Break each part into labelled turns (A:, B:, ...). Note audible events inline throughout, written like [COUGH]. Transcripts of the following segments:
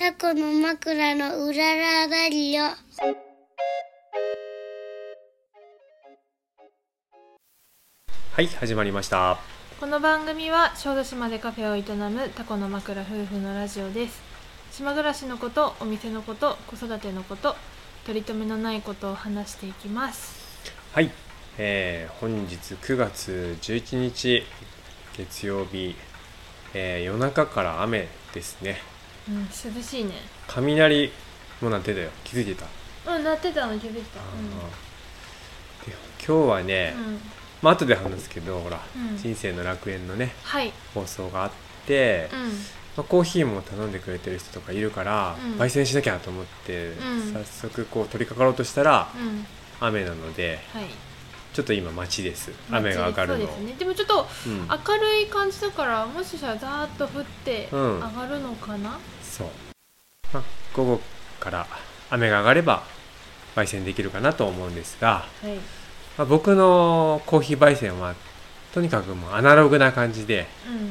A: 過去の枕のうららだりよ。
B: はい始まりました
C: この番組は小豆島でカフェを営むタコの枕夫婦のラジオです島暮らしのことお店のこと子育てのこと取り留めのないことを話していきます
B: はい、えー本日9月11日月曜日、えー夜中から雨ですね
C: うん涼しいね
B: 雷もなってたよ気づいてた、
C: うんなってたの気づいた
B: あーで今日はね、
C: うん、うん、
B: まあ後で話すけどほら、
C: うん
B: 人生の楽園のね
C: はい
B: 放送があって、
C: うん
B: まあ、コーヒーも頼んでくれてる人とかいるから、
C: うん
B: 焙煎しなきゃと思って、
C: うん
B: 早速こう取り掛かろうとしたら
C: うん
B: 雨なので
C: はい
B: ちょっと今街です雨が上がる
C: そ
B: の
C: うですねでもちょっと
B: うん
C: 明るい感じだからもしかしたらざーっと降って
B: うん
C: 上がるのかな、
B: そう、まあ、午後から雨が上がれば焙煎できるかなと思うんですが、
C: はい
B: まあ、僕のコーヒー焙煎はとにかくもうアナログな感じで、
C: うん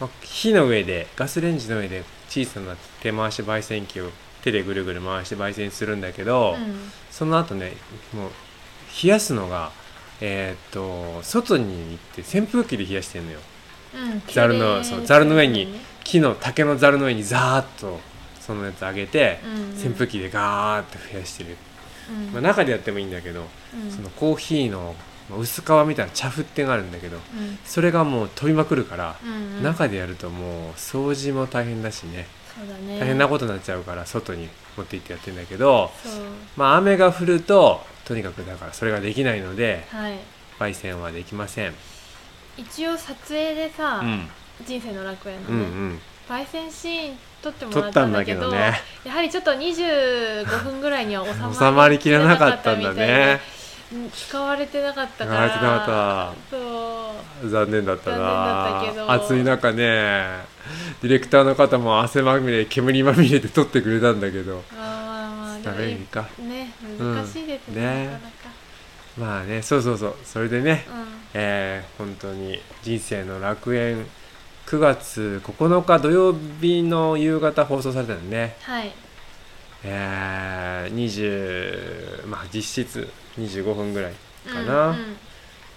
B: まあ、火の上でガスレンジの上で小さな手回し焙煎機を手でぐるぐる回して焙煎するんだけど、
C: うん
B: その後ねもう冷やすのがえーっと外に行って扇風機で冷やしてんのよ
C: うん
B: ざるの
C: 綺麗
B: そうざるの上に
C: 綺麗ね
B: 木の竹のざるの上にザーッとそのやつ上げて、
C: うんうん
B: 扇風機でガーッと増やしてる、
C: うん
B: まあ、中でやってもいいんだけど、
C: うん
B: そのコーヒーのまあ薄皮みたいな茶粉ってがあるんだけど
C: うん
B: それがもう飛びまくるから、
C: うんうん、
B: 中でやるともう掃除も大変だしね
C: そうだね
B: 大変なことになっちゃうから外に持って行ってやってんだけど、
C: そう
B: まあ、雨が降るととにかくだからそれができないので
C: はい
B: 焙煎はできません、
C: 一応撮影でさ、
B: うん、
C: 人生の楽園の
B: う
C: ね、
B: んうん
C: 焙煎シーン撮っても
B: 撮
C: ら
B: っ
C: ったた
B: ん
C: ん
B: だ
C: だ
B: け
C: けど
B: どね
C: やはりちょっと25分ぐらいには収まり
B: 収まりきらなかったんだ
C: きらな
B: ね
C: かったみたいなうん使われてなかったから
B: 使われてなかった
C: そう
B: 残念だったな
C: 残念だったけど
B: 暑い中ねディレクターの方も汗まみれ煙まみれで撮ってくれたんだけど
C: まあまあまあ
B: ダメか
C: でもね
B: うん
C: 難しいですね,、
B: ね
C: なかなか
B: まあねそうそうそうそれでね、
C: う
B: えー本当に人生の楽園9月9日土曜日の夕方放送されたのね
C: んはい
B: えー、20まあ実質25分ぐらいかな、
C: うんうん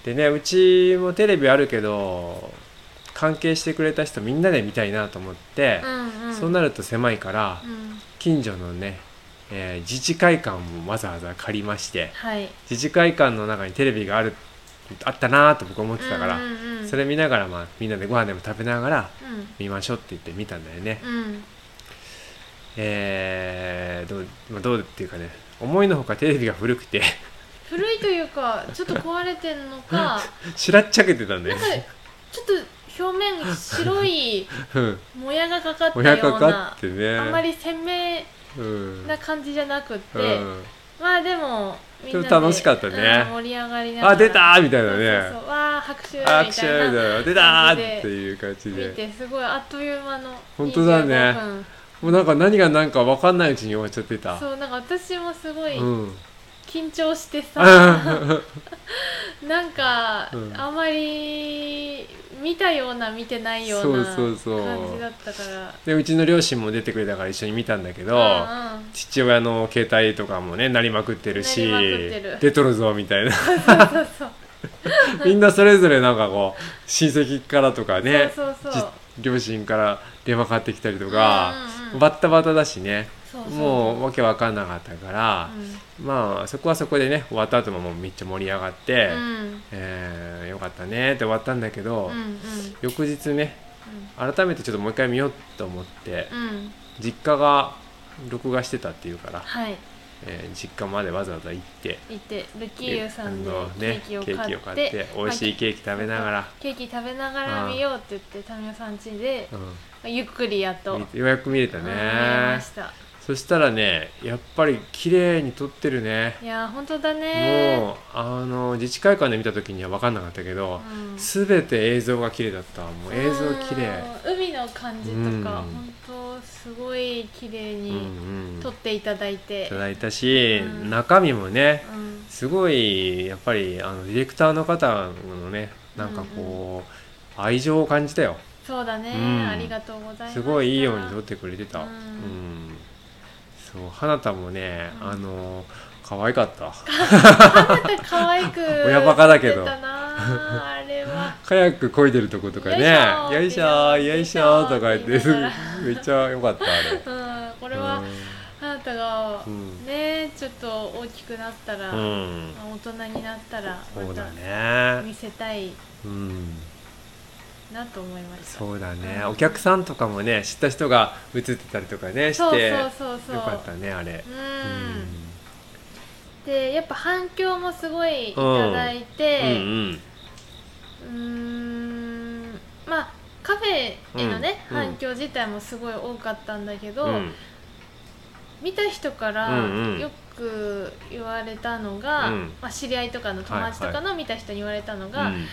B: でねうちもテレビあるけど関係してくれた人みんなで見たいなと思って、
C: うんうん、
B: そうなると狭いから、
C: うん
B: 近所のね、えー自治会館もわざわざ借りまして
C: はい
B: 自治会館の中にテレビがあるあったなーと僕思ってたから、
C: うんうんうん、
B: それ見ながら、まあ、みんなでご飯でも食べながら
C: うん
B: 見ましょうって言って見たんだよね、
C: うん
B: えー、どうまあどうっていうかね思いのほかテレビが古くて [LAUGHS]
C: 古いというかちょっと壊れてんのか
B: [LAUGHS] しらっちゃけてたんだ
C: な
B: よ
C: ん
B: ね
C: かちょっと表面白い
B: うん
C: もやがかかった
B: 親
C: よ
B: か
C: う
B: か
C: な
B: ってね
C: あんまり鮮明
B: うん
C: な感じじゃなくって、
B: うん
C: まあでもみんなで
B: でも楽しかったね
C: うん盛り上がりながら
B: あ出たーみたいな
C: そうそう
B: ね
C: そうわあ拍手みた
B: 握
C: いな
B: 手みたいな出たーっていう感じ
C: 見
B: で
C: てすごいあっという間の
B: 本当だね
C: 25分
B: もうなんか何が何か分かんないうちに終わっちゃってた
C: そうなんか私もすごい
B: うん
C: 緊張してさ、
B: あ
C: なんか、
B: うん
C: あまり見たような見てないような
B: そうそ
C: 感
B: うそう
C: じだったから
B: [LAUGHS] でうちの両親も出てくれたから一緒に見たんだけど、
C: うんうん
B: 父親の携帯とかもねなりまくってるし
C: なりまくってる
B: 出とるぞみたいな [LAUGHS]
C: そうそう
B: みんなそれぞれなんかこう親戚からとかね
C: そうそうそう
B: じ両親から電話かかってきたりとか、
C: うんうんうん
B: バッタバタだしね
C: そうそう
B: もうわけわかんなかったから、まあそこはそこでね終わった後ももうめっちゃ盛り上がって、
C: うんうん
B: えーよかったねって終わったんだけど、
C: うんうん
B: 翌日ね改めてちょっともう一回見ようと思って、
C: うんうん
B: 実家が録画してたっていうから、
C: はい
B: えー実家までわざわざ行って
C: 行ってルキーユさんで
B: あの
C: ケ
B: ね
C: ーキを
B: ケーキを
C: 買
B: 買
C: っ,、
B: ってて美味しいケーキ食べながら、
C: ケーキ食べながら見ようって言って民生さん家で、ゆっくりやっと、
B: うん見ようやく見れた
C: うん
B: ね、
C: 見えました
B: そしたらねやっぱり綺麗に撮ってるね
C: いやー本当だね
B: もうあの自治会館で見た時には分かんなかったけど、
C: うん
B: すべ全て映像が綺麗だったもう映像綺麗
C: うん海の感じとか、
B: うん
C: 本当すごい綺麗
B: うん
C: に
B: うん
C: 撮っていただいて
B: いただいたし、
C: うん
B: 中身もね
C: うん
B: すごいやっぱりあのディレクターの方のねなんかこう、愛情を感じたよ
C: そうだね、
B: うん
C: ありがとうございます
B: すごいいいように撮っててくれてた
C: う
B: うんん、そう花田もね、
C: うん
B: あの可愛かった
C: 可愛く
B: [LAUGHS] 親バカだけど
C: 撮ってたなあ
B: [LAUGHS]
C: れは
B: カヤック漕いでるとことかね「よ
C: よ
B: い
C: いし
B: し
C: ょ
B: ょ
C: ー
B: ーよいしょー」とか言って
C: よいしょーって
B: [LAUGHS] めっちゃ良かったあれ
C: うんこれは、あなたが、
B: うん
C: ねちょっと大きくなったら、
B: うん、
C: まあ大人になったら
B: うん、そうだ
C: また見
B: ね
C: せたい
B: うん
C: なと思いました
B: そうだね、
C: うん
B: お客さんとかもね知った人が映ってたりとかねして
C: そうそうそうそう
B: よかったねあれ
C: う、
B: うん
C: でやっぱ反響もすごいいただいて、
B: うん
C: うーんまあカフェへのね、
B: うん
C: 反響自体もすごい多かったんだけど、
B: うんうん
C: 見た人から
B: うんうん
C: よく言われたのが、
B: うん
C: まあ、知り合いとかの友達とかの見た人に言われたのが、
B: うん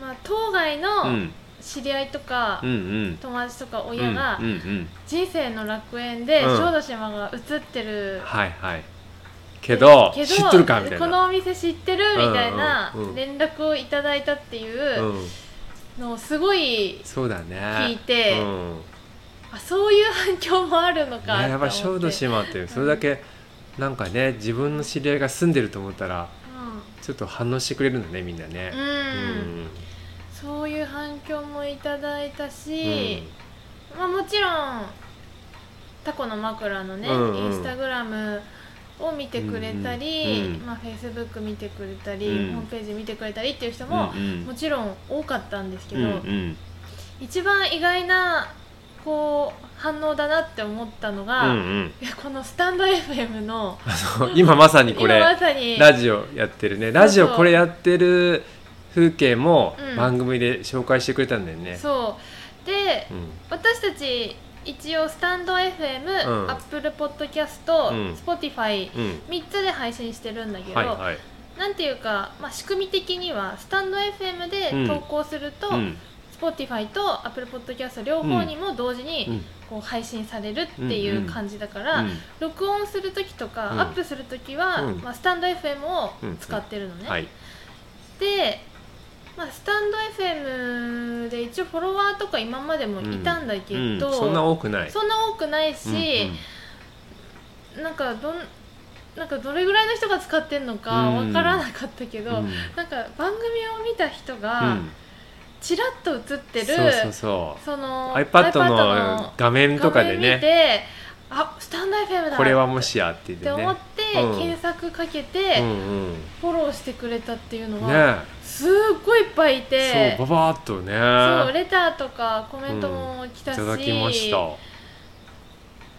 C: まあ、当該
B: う
C: の
B: ん
C: 知り合いとか、
B: うんうん
C: 友達とか親が
B: うんうんうん
C: 人生の楽園で
B: うん
C: 小豆島が映ってる、
B: はいはいけど
C: けど
B: 知っとるかみたいな
C: このお店知ってるみたいな
B: うんうんうん
C: 連絡をいただいたっていう
B: うん、
C: のをすごい
B: そうだね
C: 聞いて
B: うん
C: あそういう反響もあるの
B: ね
C: かって思って、
B: やっぱ小豆島ってそれだけなんかね自分の知り合いが住んでると思ったらちょっと反応してくれるんだねみんなね
C: うん、うん、そういう反響もいただいた
B: うん
C: し、まあ、もちろんタコの枕のね、
B: うんうん
C: インスタグラムを見てくれたり、
B: うんうん
C: まあ、フェイスブック見てくれたり、
B: うん
C: ホームページ見てくれたりっていう人も
B: う、ん
C: もちろん多かったんですけ
B: う
C: ど、
B: んうん
C: 一番意外なこう反応だなって思ったの
B: う
C: が、
B: んうん
C: いやこのスタンド FM の
B: そう今まさに [LAUGHS] こ
C: 今
B: れ
C: まさに
B: ラジオやってるねラジオこれやってる風景も
C: うん
B: 番組で紹介してくれたんだよね
C: そうで
B: うん
C: 私たち一応スタンド FM、
B: うん
C: アップルポッドキャスト、
B: うん
C: Spotify
B: うん
C: 3つで配信してるんだけど、
B: はいはい
C: なんていうか、まあ、仕組み的にはスタンド FM
B: うん
C: で投稿すると、
B: うん
C: Spotify と Apple Podcast 両方にも同時
B: う
C: に
B: ん
C: こう配信されるってい
B: ん
C: う
B: うん
C: う感じだから、録音する時とか、
B: うん
C: アップする時は、
B: うん
C: まあ、スタンド FM を
B: うん
C: 使ってるのね。
B: うんはい
C: で、まあ、スタンド FM で一応フォロワーとか今までもいたんだけど、
B: うんそんな多くない
C: そんな多くないし、
B: う
C: なんかどんなんかどれぐらいの人が使ってんのかわからなかったけど、
B: んうんうん
C: なんか番組を見た人
B: う
C: が
B: ん
C: ちらっと映ってる、
B: そうそうそう
C: その
B: iPad の画面とかで
C: 画面見
B: ね
C: てあスタンド FM だ
B: これはもしやって言っ
C: って
B: て
C: 思っ
B: ね
C: て、
B: うん
C: 検索かけ
B: う
C: て
B: んうん
C: フォローしてくれたっていうのは、
B: ね
C: すっごいいっぱいいて
B: そうババーっと
C: そう
B: ね
C: レターとかコメントも来た
B: い
C: し,、
B: ただきました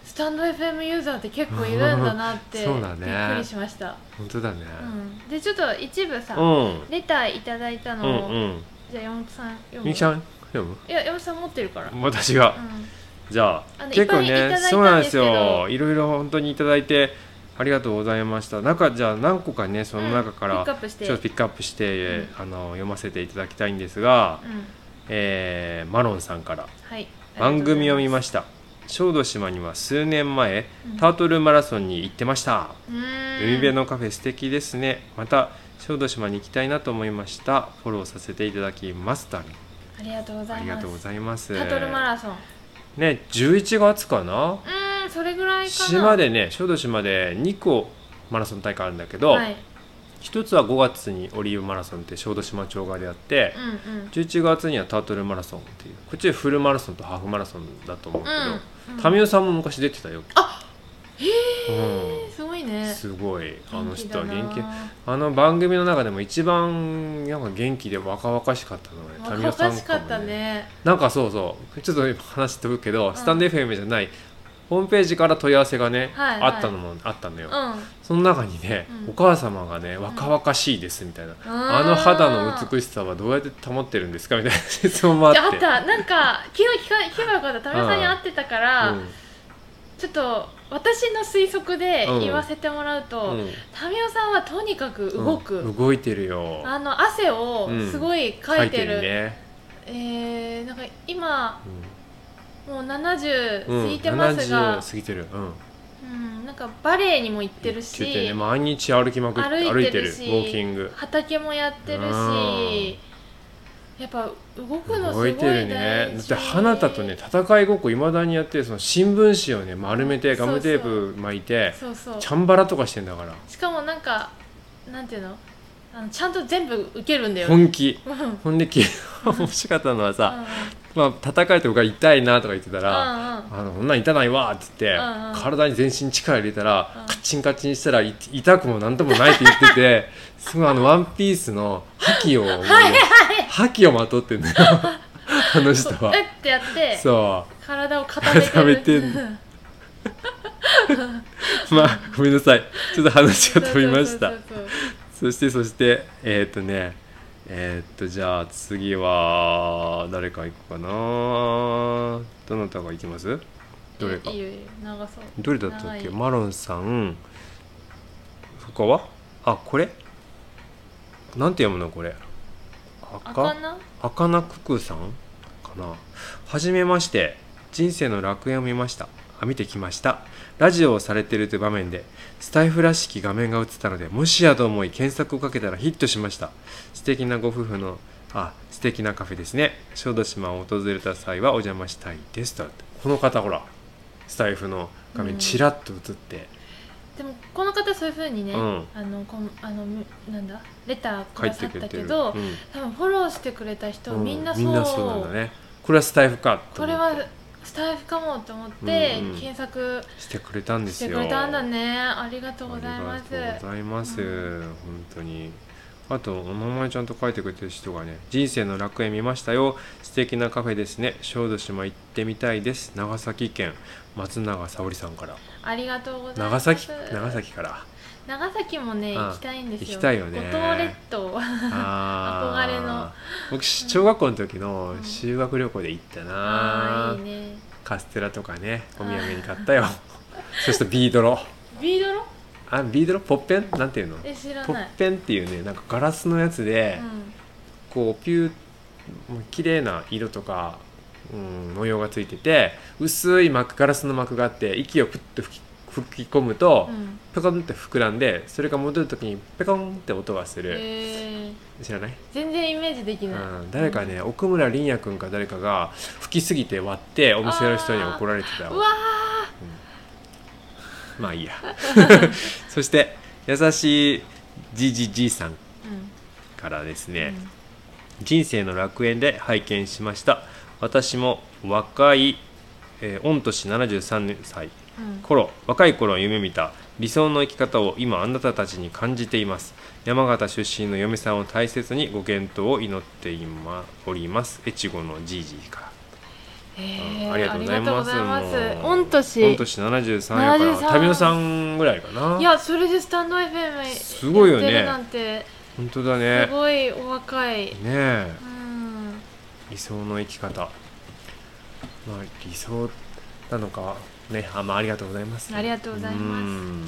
C: スタンド FM ユーザーって結構いるんだなっ
B: [LAUGHS]
C: て
B: そうだね
C: びっくりしました、
B: 本当だね
C: うん、でちょっと一部さ、
B: うん
C: レターいただいた
B: う
C: の
B: ん
C: を、
B: うん
C: じゃあ山本さん読む
B: みきちゃんでも
C: いや山本さん持ってるから、う
B: [LAUGHS]
C: ん
B: 私がじゃあ
C: あの
B: 結構
C: いっぱいいた
B: ね
C: だい
B: そう
C: た
B: なんん
C: で
B: ですす
C: けど
B: よいろいろ本当にいただいてありがとうございました中じゃあ何個かねその中か
C: うんピ
B: ら
C: ックアップして
B: ちょっとピックアップして、あの読ませていただきたいんですが、
C: うん
B: えーマロンさんから
C: はい
B: 番組を見ま
C: し
B: した小豆島には数年前
C: うん
B: タートルマラソンに行ってました、
C: た海
B: 海辺のカフェ素敵ですねまた小豆島に行きたいなと思いましたフォローさせていただきますた
C: ありがとうござ
B: あ
C: い
B: り
C: ま
B: が
C: す
B: とうございます
C: タトルマラソンう
B: ね11月かな
C: ーんそれぐらいかな
B: 島でね小豆島で2個マラソン大会あるんだけど、
C: はい
B: 一つは5月にオリーブマラソンって小豆島町側でやって
C: う、んうん
B: 11月にはタートルマラソンっていうこっちでフルマラソンとハーフマラソンだと思うけ
C: うんうん
B: ど民生、さんも昔出てたよあへ
C: すごい
B: うん、
C: ね
B: すごいあの人は
C: 元気だ
B: 元
C: な
B: 気あの番組の中でも一番なんか元気で若々しかったのはね民
C: 若
B: 生さん
C: 々しかったね
B: なんかそうそうちょっと今話飛ぶけど、スタンド FM じゃないホームページから問い合わせがね、
C: はいはい
B: あったのもあったのよ、
C: うんあ
B: その中にね、
C: うん
B: お母様がね若々しいですみたいな、あの肌の美しさはどうやって保ってるんですかみたいな [LAUGHS] 質問もあっ
C: じ
B: て
C: ゃああったなんか昨日聞か聞けばよかった田村さんに会ってたから、
B: うん
C: ちょっと私の推測で
B: うん
C: 言わせてもらうと、
B: うん
C: タミオさんはとにかく動く、
B: うん動いてるよ
C: あの汗をすごいかいてる,、
B: ね、
C: えー、なんか今
B: う
C: もう
B: ん
C: 70過ぎてます
B: う
C: が
B: ん、70過ぎてるうん
C: うんなんかバレエにも行ってるし
B: 言ってね、毎日歩きまくって
C: 歩
B: 歩
C: い
B: い
C: て
B: て
C: る
B: る
C: し
B: ウォーキング
C: 畑もやってる
B: うん
C: しやっぱ動くのすご
B: 動
C: い
B: いてるねだって花田とね戦いごっこいまだにやってるその新聞紙をね丸めてガムテープ巻いて
C: そうそう
B: チャンバラとかしてんだから
C: しかもなんかなんていうのあのちゃんと全部受けるんだよね
B: 本気
C: うんうんうん
B: ほんで昨日 [LAUGHS] 面白かったのはさ、まあ叩かれて僕が痛いなとか言ってたら、
C: うん
B: あのこんなん痛ないわっつって、
C: うんうん
B: 体に全身力入れたら、
C: うん
B: カチンカチンしたらい痛くもなんともないって言ってて
C: [LAUGHS]
B: すごいあのワンピースの覇気を思い出す覇気をまと
C: [LAUGHS]
B: ってんだよあの人
C: うん
B: は
C: えってやって
B: そ
C: 体を固めてる
B: 固め
C: [LAUGHS]
B: てんのう [LAUGHS] まあごめんなさいちょっと話が飛びました
C: そうそうそ
B: そ
C: う
B: してそしてえーっ、とねえーっ、とじゃあ次は誰か行くかなどなたが行きます
C: そう
B: どれか
C: いいよいいよ長そう
B: どれだったっけ
C: 長い
B: マロンさん他はあこれなんて読むのこれ
C: あ
B: 赤
C: かな
B: あかなくくさんかなはじめまして人生の楽園を見ましたあ見てきましたラジオをされているという場面でスタイフらしき画面が映ったのでもしやと思い検索をかけたらヒットしました素敵なご夫婦のあ素敵なカフェですね小豆島を訪れた際はお邪魔したいですとあってこの方ほらスタイフの画
C: う
B: 面
C: ん
B: ちらっと映って、
C: でもこの方そういうふうにね、
B: うん
C: あのこんあのむなんだレターく
B: 帰
C: だ
B: っ
C: さ
B: て
C: っ
B: くれ
C: た
B: て
C: け
B: る
C: ど、
B: うん
C: 多分フォローしてくれた人、
B: うん
C: みんなそう
B: なんだねこれはスタイフかと
C: こ
B: 思
C: れ
B: って
C: はスタイフかもと思って、
B: うんうん
C: 検索
B: してくれたんです
C: して
B: よ
C: くれたんだねありがとうございます
B: ありがとうございます、
C: うん
B: 本当にあとお名前ちゃんと書いてくれてる人がね「人生の楽園見ましたよ素敵なカフェですね小豆島行ってみたいです長崎県松永沙織さんから
C: ありがとうございま
B: 長
C: す
B: 崎長崎から
C: [LAUGHS] 長崎もね
B: あ
C: 行きたいんですよ
B: 行きたいよね
C: 五島列島
B: あー
C: 憧れの
B: 僕小学校の時の
C: うん
B: 修学旅行で行ったな、
C: [LAUGHS] あーいいね
B: カステラとかねお土産に買ったよ
C: [LAUGHS]
B: そしてビードロ
C: ビードロ
B: あビードロポッペンなんていうの
C: え知ら
B: ポ
C: な
B: ッ
C: い、
B: ペンっていうねなんかガラスのやつで、
C: うん、
B: こうピューもう綺麗な色とか、うん、模様がついてて薄い膜ガラスの膜があって息をプッと吹き吹き込むと、
C: うん
B: ペコンって膨らんでそれが戻る時にペコンって音がする、
C: えー、
B: 知らない、
C: 全然イメージでき
B: う
C: ない、
B: ん、誰かね、奥村凛也君か誰かが吹きすぎて割ってお店の人に怒られてた
C: うわ
B: まあいいや [LAUGHS] そして優しい GGG さん
C: ー、うん
B: からですね、人生の楽園で拝見しました私も若い、えー御年73歳
C: うんうん
B: 頃若い頃夢見た理想の生き方を今あなたたちに感じています山形出身の嫁さんを大切にご健闘を祈っていまおります越後のじいじから、
C: えー、
B: ありがとうございます
C: ありがとうございます
B: もう
C: 御年
B: 御年73やから
C: 73
B: 民生さんぐらいかない
C: やそれでスタンド FM
B: すごいよね
C: やってるなんて
B: 本当だね
C: すごいお若い、
B: ねえ
C: うん
B: 理想の生き方まあ理想なのかねあ,、まあ、ありがとうございます
C: ありがとうございます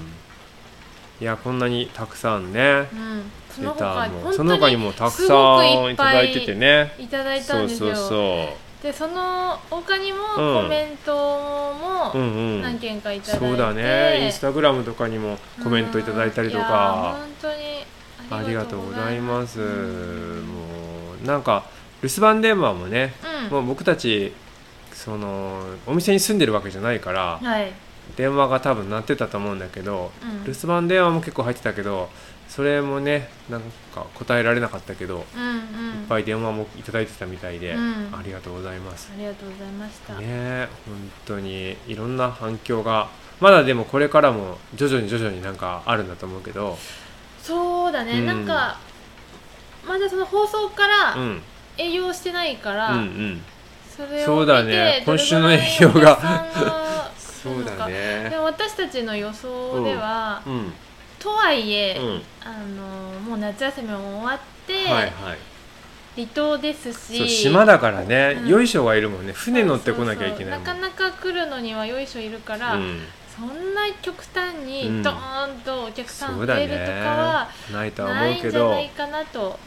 B: すいやこんなにたくさんね
C: うん、そ
B: レ
C: の
B: タ
C: 他
B: ーも
C: 本
B: その他
C: 当
B: に
C: に
B: もたく
C: すご
B: さ
C: く
B: ん
C: い
B: い
C: ったぱ
B: だ
C: い
B: いててね
C: いただいた
B: そ
C: ん
B: う
C: です
B: そ
C: よ
B: うそ
C: でその他にも
B: うん
C: コメントも
B: ううんうん
C: 何件かいただいて、
B: そうだねインスタグラムとかにもコメントいただいたりとか
C: うんいや本当に
B: ありがとうございます
C: うん
B: もうなんか留守番電話もね
C: うん
B: もう僕たちそのお店に住んでるわけじゃないから
C: はい、
B: 電話が多分鳴ってたと思うんだけど
C: うん
B: 留守番電話も結構入ってたけどそれもねなんか答えられなかったけど、
C: うんうん、
B: いっぱい電話もいただいてたみたいで、
C: うん
B: ありがとうございます
C: ありがとうございました、
B: ねえ本当にいろんな反響がまだでもこれからも徐々に徐々になんかあるんだと思うけど
C: そうだね、
B: うん
C: なんかまだその放送から
B: うん
C: 営業してないか
B: う
C: ら、
B: んうん
C: それを見て
B: そうだね
C: どれぐらい
B: 今週の営業が
C: [LAUGHS] お客さんが来
B: そ
C: る
B: う
C: のか
B: だ
C: で
B: ね
C: も私たちの予想では、
B: うんうん
C: とはいえ、
B: うん
C: あのもう夏休みも終わって、
B: はいはい
C: 離島です
B: そう
C: し
B: 島だからね、
C: うん
B: よいしょがいるもんね船乗ってこなきゃいけないもん
C: そうそうそうなかなか来るのにはよいしょいるから、
B: うん
C: そんな極端
B: うん
C: にドーンとお客さん
B: そ
C: 増
B: うだ
C: え
B: ね
C: るとかは
B: ないとは
C: な
B: 思
C: い
B: うんけ
C: じゃ
B: ど
C: ないかなと、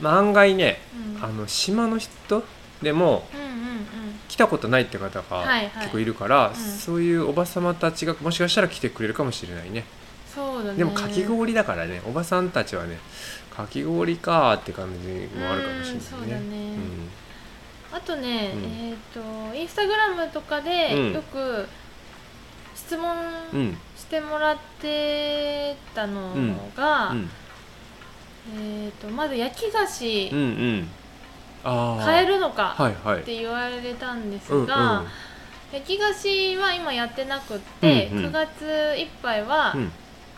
B: まあ案外ね
C: うん、うん
B: あの島の人でも
C: うんうん
B: 来たことないって方が
C: はいはい
B: 結構いるから、
C: ん
B: そういうおばさまたちがもしかしたら来てくれるかもしれないね
C: そうだね
B: でもかき氷だからねおばさんたちはねかき氷かーって感じもあるかもし
C: うんそう
B: れ
C: だ
B: ないね。
C: ね
B: うん、
C: あとね、
B: うん
C: えっ、とインスタグラムとか
B: うん
C: でよく質問
B: うん
C: してもらってたのが、
B: うん
C: えっ、とまず焼き菓子
B: うんうんああ
C: 買えるのか
B: はいはい
C: って言われたんです
B: うんうん
C: が、焼き菓子は今やってなくって、
B: うんうん
C: 9月いっぱいは
B: うん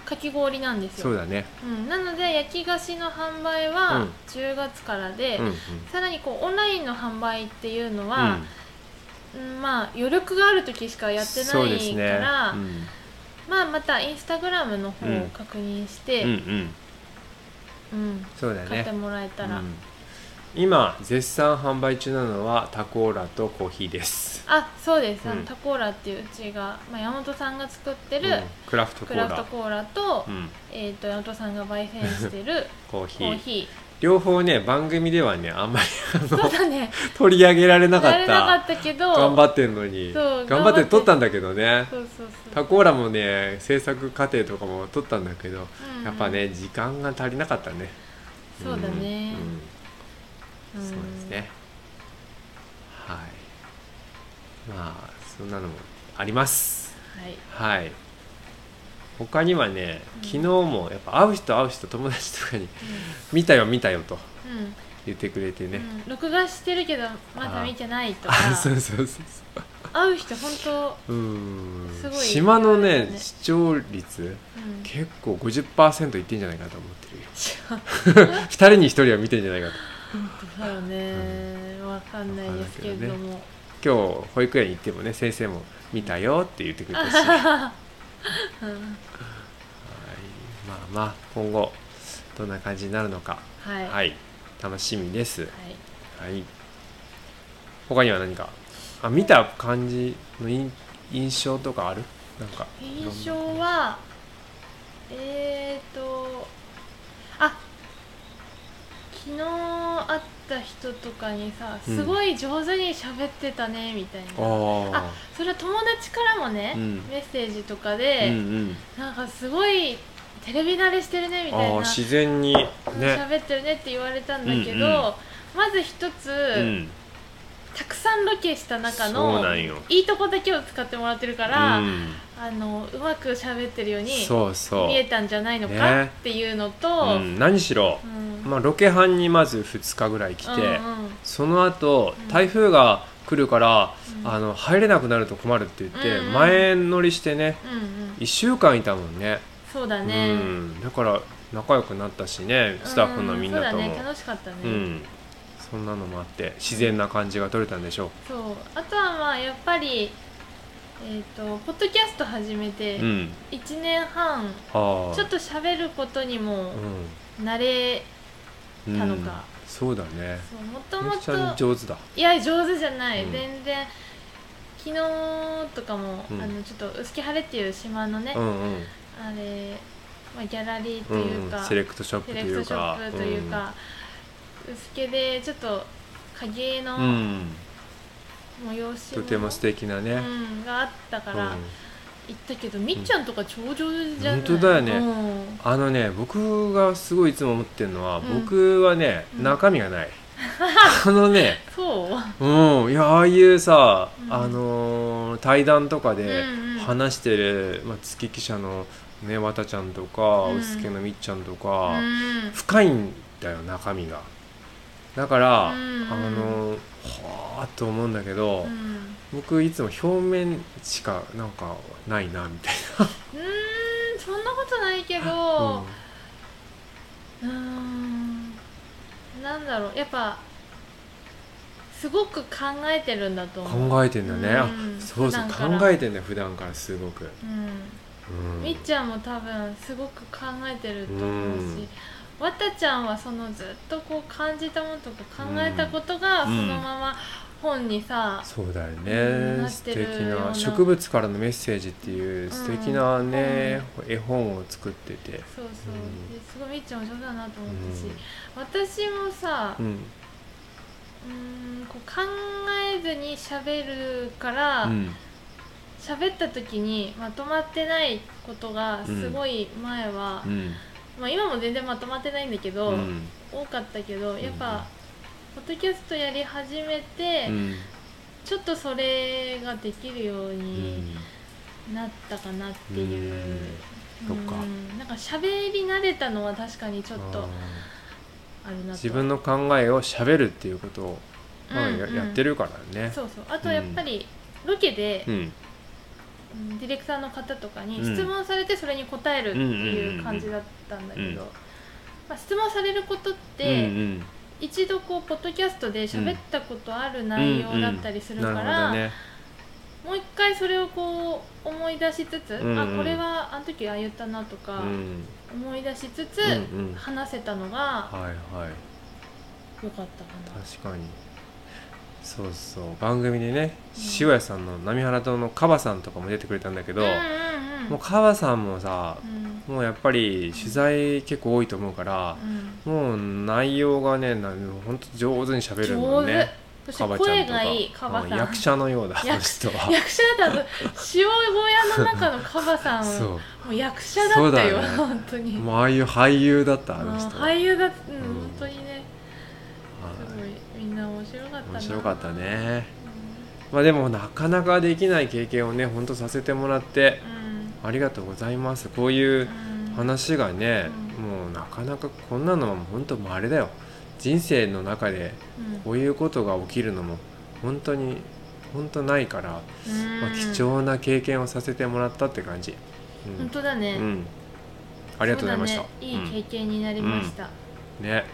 C: かき氷なんです
B: そう
C: よ、うん
B: だね
C: なので焼き菓子の販売
B: う
C: は
B: ん
C: 10月からで、
B: うんうん
C: さらにこうオンラインの販売っていうのは、うんまあ余力がある時しかやってないから、
B: うん
C: まあまたインスタグラムの方
B: う
C: を
B: ん
C: 確認し
B: うんう
C: て、
B: ん
C: うん
B: そうだ
C: 買って
B: ね
C: もらえた
B: う
C: ら、
B: ん今絶賛販売中なのはタコーラとコーヒーです、
C: あそうです、あの
B: うん
C: タコーラっていううちが、まあ、山本さんが作って
B: う
C: る
B: んクラフトコ
C: ク
B: ー
C: ラ
B: ラ
C: フトコーラと,、
B: うん、
C: えー、と山本さんが焙煎し
B: [LAUGHS]
C: てる
B: コーヒー
C: コーヒ
B: 両方ね番組ではねあんまり
C: ーそうだね
B: 取り上げられなか
C: や
B: っ
C: れ
B: た
C: なかったけど
B: 頑張ってんのに
C: そう
B: 頑張って撮ったんだけどね
C: そうそうそ
B: タ
C: う、
B: コーラもね制作過程とかも撮ったんだけど、
C: うんうん
B: やっぱね時間が足りなかったね
C: そうだね、
B: うん
C: ん
B: そうですねはいまあそんなのもあります
C: はい
B: はい他にはね
C: うん
B: 昨日もやっぱ会う人会う人友達とかに「見たよ見たよ」と
C: うんうん
B: 言ってくれてね、
C: うん録画してるけどまだ見てないとか
B: あそうそうそうそ
C: 会う人本当、
B: ううー
C: す
B: ん
C: ごい
B: 島のね
C: ね
B: 視聴率
C: うん、
B: 結構50%いってんじゃないかなと思ってるよ
C: [LAUGHS]
B: 2人に1人は見てんじゃないかと
C: だよね、わかんないですけれども、
B: 今日保育園行ってもね先生も「見たよ」って言ってくれたしはい
C: うん
B: まあまあ今後どんな感じになるのか
C: はい、、
B: はいい楽しみですはい他には何かあ見た感じの印印象とかあるなんか
C: 印象はえーとあ昨日会った人とかにさ「
B: うん
C: すごい上手に喋ってたね」みたい
B: あ
C: な、
B: あ
C: それは友達からもね、
B: うん
C: メッセージとか
B: ーう
C: で、
B: ん
C: なんかすごいテレビ慣れしてるねみ
B: うんあ
C: たい
B: ー
C: な
B: 自然に
C: うん
B: ね
C: 喋ってるねって言われたんだ
B: う
C: けど、
B: んうん
C: まず一つ、
B: うん
C: たくさんロケした中
B: そう
C: の
B: なんよ
C: いいとこだけを使ってもらってるから、
B: うん
C: あのうまく喋ってるように
B: そうそう
C: 見えたんじゃないのか
B: ね
C: っていうのと、
B: うん何しろ
C: う、ん
B: まあ、ロケ班にまず2日ぐらい来て、
C: うんうん
B: その後
C: うん
B: 台風が来るから、
C: うん
B: あの入れなくなると困るって言って、
C: うんうん
B: 前乗りしてね
C: うんうん
B: 1週間いたもんね
C: そうだね、
B: うん、だから仲良くなったしねスタッフのみんなとも、う
C: う
B: んん
C: そうだね楽しかったね、
B: そんなのもあって自然な感じが取れたんでしょ
C: そうあとはまあやっぱりえっ、とポッドキャスト始め
B: う、
C: て
B: うん、
C: 1年半、
B: ああ
C: ちょっと喋ることにも慣れ、
B: うん、
C: たの
B: うん
C: か
B: そうだね
C: そうもと
B: め
C: も
B: っちゃ
C: と
B: 上手だ
C: いや上手じゃない、
B: うん
C: 全然昨日とかも、
B: うん
C: あのちょっと薄木晴れっていう島のね、
B: うんうん
C: あれ、まあ、ギャラリーと
B: う
C: いうんか、
B: うんセレクトショップ
C: セ
B: と
C: レク
B: い
C: ト
B: う
C: ショ
B: か
C: ップというか、薄毛でちょっと影の
B: うん、うん
C: 催し
B: とても素敵なね、
C: うん、があったか
B: う
C: ら
B: ん
C: 行ったけど、みっちゃんとか超上手じゃない
B: 本当だよね
C: うん
B: あのね僕がすごいいつも思ってるのは、
C: うん
B: 僕はね
C: うん
B: 中身が
C: [LAUGHS]
B: ない、あのね
C: そう
B: うんいやああいうさ、
C: うん
B: あのー対談とかで
C: うんうん
B: 話してる、まあ、月記者のねわたちゃんとか、
C: う
B: うんすけのみっちゃんとか、
C: うん
B: 深いんだよ中身がだから、
C: うんうん
B: あのーはあと思うんだけど、
C: うん
B: 僕いつも表面しかなんかないなみたいう
C: ーんそんなことないけ
B: な、
C: ど
B: うん、
C: うーんなんだろうやっぱすごく考えてるんだと思う、
B: 考えてんだね、あ
C: うん
B: そうそう
C: 普段から
B: 考えてんだよ普段からすごく、
C: うん、
B: うん
C: みっちゃんも多分すごく考えてると思うし、
B: うん
C: わたちゃんはそのずっとこう感じたものとか考えたことが
B: うん
C: そのまま本にさ、
B: そうだよ
C: うん
B: ね
C: なっ
B: 素
C: て
B: 敵
C: るよう
B: な
C: な
B: 植物からのメッセージっていう素敵なね、絵本を作ってて
C: そうそう
B: うん
C: ですごいみっちゃんも上手だなと思ったし、
B: うん
C: 私もさ
B: う
C: うんーんこう考えずに喋るから、
B: うん
C: 喋った時にまとまってないことがすごい前は、
B: うん
C: まあ、今も全然まとまってないんだけど、
B: うん
C: 多かったけどやっぱ、ポッドキャストやり始めて、
B: うん
C: ちょっとそれができるようになったかなっていう、
B: うんそっか
C: うんなんか喋り慣れたのは確かにちょっと
B: あー
C: あるなと
B: 自分の考えを喋るっていうことを、まあや
C: うんうん
B: やってるからね
C: そうそうあとやっぱりロケで、
B: うん
C: うんディレクターの方とか
B: う
C: に
B: ん
C: 質問されてそれに答えるっていう感じだったんだけど、
B: うんうんうん
C: まあ、質問されることっ
B: うん
C: て、
B: うん
C: 一度こうポッドキャストで喋ったことある内容だったりするか
B: うん
C: ら、
B: うんなる
C: もう一回それをこう思い出しつつ、
B: うんうん
C: あこれはあの時ああ言ったなとか
B: ほどねうん
C: 思い出しつつ、
B: うんうん
C: 話せたのが
B: はいはい
C: 良かったかな。
B: 確かにそうそう番組でね塩屋さんの波原島のカバさんとかも出てくれたんだけど、
C: うんうんうん
B: もうカバさんもさ
C: うん
B: もうやっぱり取材結構多いと思うから、
C: うん
B: もう内容がねなほんと上手に喋るも
C: 上
B: ん
C: 手
B: ね
C: そし
B: カ
C: て
B: バちゃ
C: 声
B: んと
C: が
B: か
C: いいカバさん
B: うん役者のようだあの
C: 役
B: 人は
C: 役者だと塩小屋の中のカバさんは
B: そ
C: もう役者だったよ
B: そうだよね
C: 本当に
B: うもうああいう俳優だったあ
C: う
B: の
C: ん
B: 人は
C: 俳優だう
B: ん
C: ん本当にねす
B: は
C: ごいみんな面白かった
B: い
C: な
B: 面白かったねまあでもなかなかできない経験をねほんとさせてもらって
C: うん
B: ありがとうございますこういう
C: うん
B: 話がね、
C: うん
B: もうなかなかこんなのはほんともうあれだよ人生の中で
C: うん
B: こういうことが起きるのも本当に本当ないから、
C: うん
B: まあ、貴重な経験をさせてもらったって感じ、うん
C: 本当だね
B: うん、ありがとうございました
C: そうだねいい経験になりました
B: うんね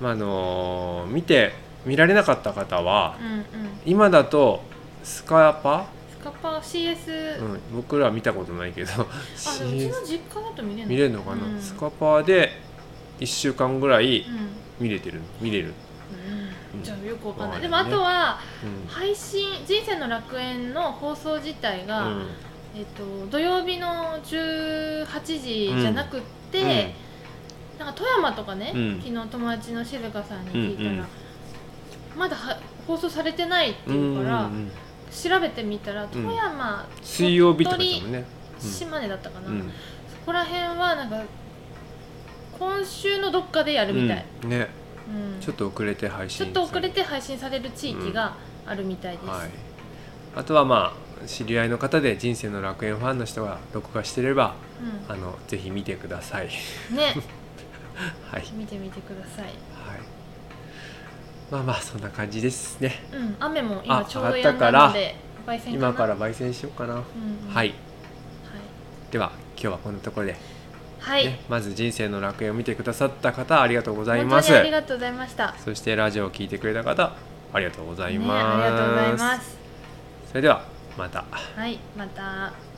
B: まああのー見て見られなかった方は
C: う、んうん
B: 今だとスカパ、
C: スカパー CS
B: うん、僕らは見たことないけど
C: あでもうちの実家だと見れる
B: 見れるのかな、
C: うん
B: スカパーで1週間ぐらい
C: うん
B: 見れてる見れる、
C: うんじゃあよくわかんない
B: うん
C: でもあとは
B: うん
C: 配信人生の楽園の放送自体が、
B: うん
C: えっと、土曜日の18時じゃなくって、なんか富山とかね、
B: うん
C: 昨日友達の静香さんに聞いたら、
B: うんうん
C: まだは放送されてないって
B: うん
C: いうから、
B: うんうん
C: 調べてみたら富山、
B: 水曜日とかだもんね、
C: 島根だったかな、
B: うんうん
C: そこら辺はなんか今週のどっかでやるみたい、
B: うんね
C: うん
B: ちょっと遅れて配
C: ち
B: 信
C: ょっと遅れて配信される地域があるみたいです、
B: はい、あとはまあ知り合いの方で人生の楽園ファンの人が録画してればあのぜひ見てください [LAUGHS]
C: うん、ね
B: はい、はい、
C: 見てみてください
B: まあまあそんな感じですね
C: うん、雨も今
B: あ
C: ちょうど
B: 上が
C: や
B: っ
C: ん
B: たか
C: だ
B: ら
C: ので焙煎かな
B: 今から焙煎しようかな、
C: うんうん
B: はい
C: はい
B: では今日はこんなところで、ね
C: はい、
B: まず人生の楽園を見てくださった方ありがとうござい
C: 本
B: ま
C: 当
B: す
C: にありがとうございました。
B: そしてラジオを聞いてくれた方ありがとうござい
C: ね
B: ます、
C: ありがとうございます。
B: それではまた
C: はい、また。